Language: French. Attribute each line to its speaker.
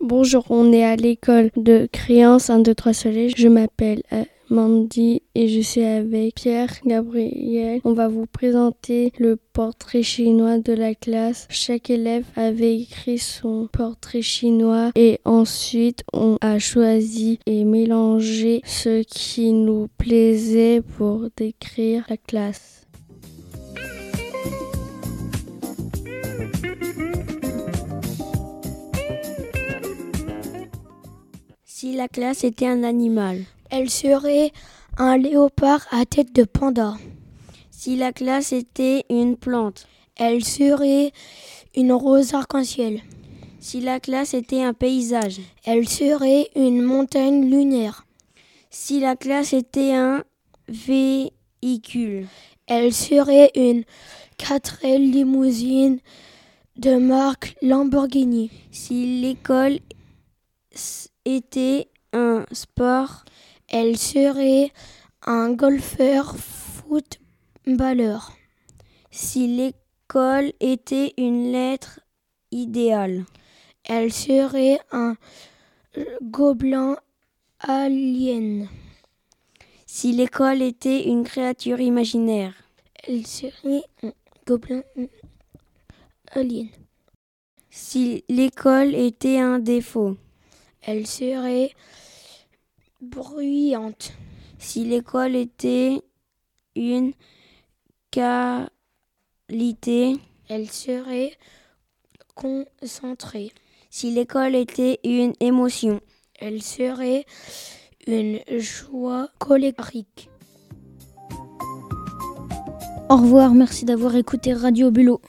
Speaker 1: Bonjour, on est à l'école de créance 1, 2, 3 soleil. Je m'appelle euh, Mandy et je suis avec Pierre Gabriel. On va vous présenter le portrait chinois de la classe. Chaque élève avait écrit son portrait chinois et ensuite on a choisi et mélangé ce qui nous plaisait pour décrire la classe.
Speaker 2: Si la classe était un animal.
Speaker 3: Elle serait un léopard à tête de panda.
Speaker 2: Si la classe était une plante.
Speaker 3: Elle serait une rose arc-en-ciel.
Speaker 2: Si la classe était un paysage.
Speaker 3: Elle serait une montagne lunaire.
Speaker 2: Si la classe était un véhicule.
Speaker 3: Elle serait une 4 limousine de marque Lamborghini.
Speaker 2: Si l'école était un sport,
Speaker 3: elle serait un golfeur footballeur.
Speaker 2: Si l'école était une lettre idéale,
Speaker 3: elle serait un gobelin alien.
Speaker 2: Si l'école était une créature imaginaire,
Speaker 3: elle serait un gobelin alien.
Speaker 2: Si l'école était un défaut,
Speaker 3: elle serait bruyante.
Speaker 2: Si l'école était une qualité,
Speaker 3: elle serait concentrée.
Speaker 2: Si l'école était une émotion,
Speaker 3: elle serait une joie colérique.
Speaker 4: Au revoir, merci d'avoir écouté Radio Bulot.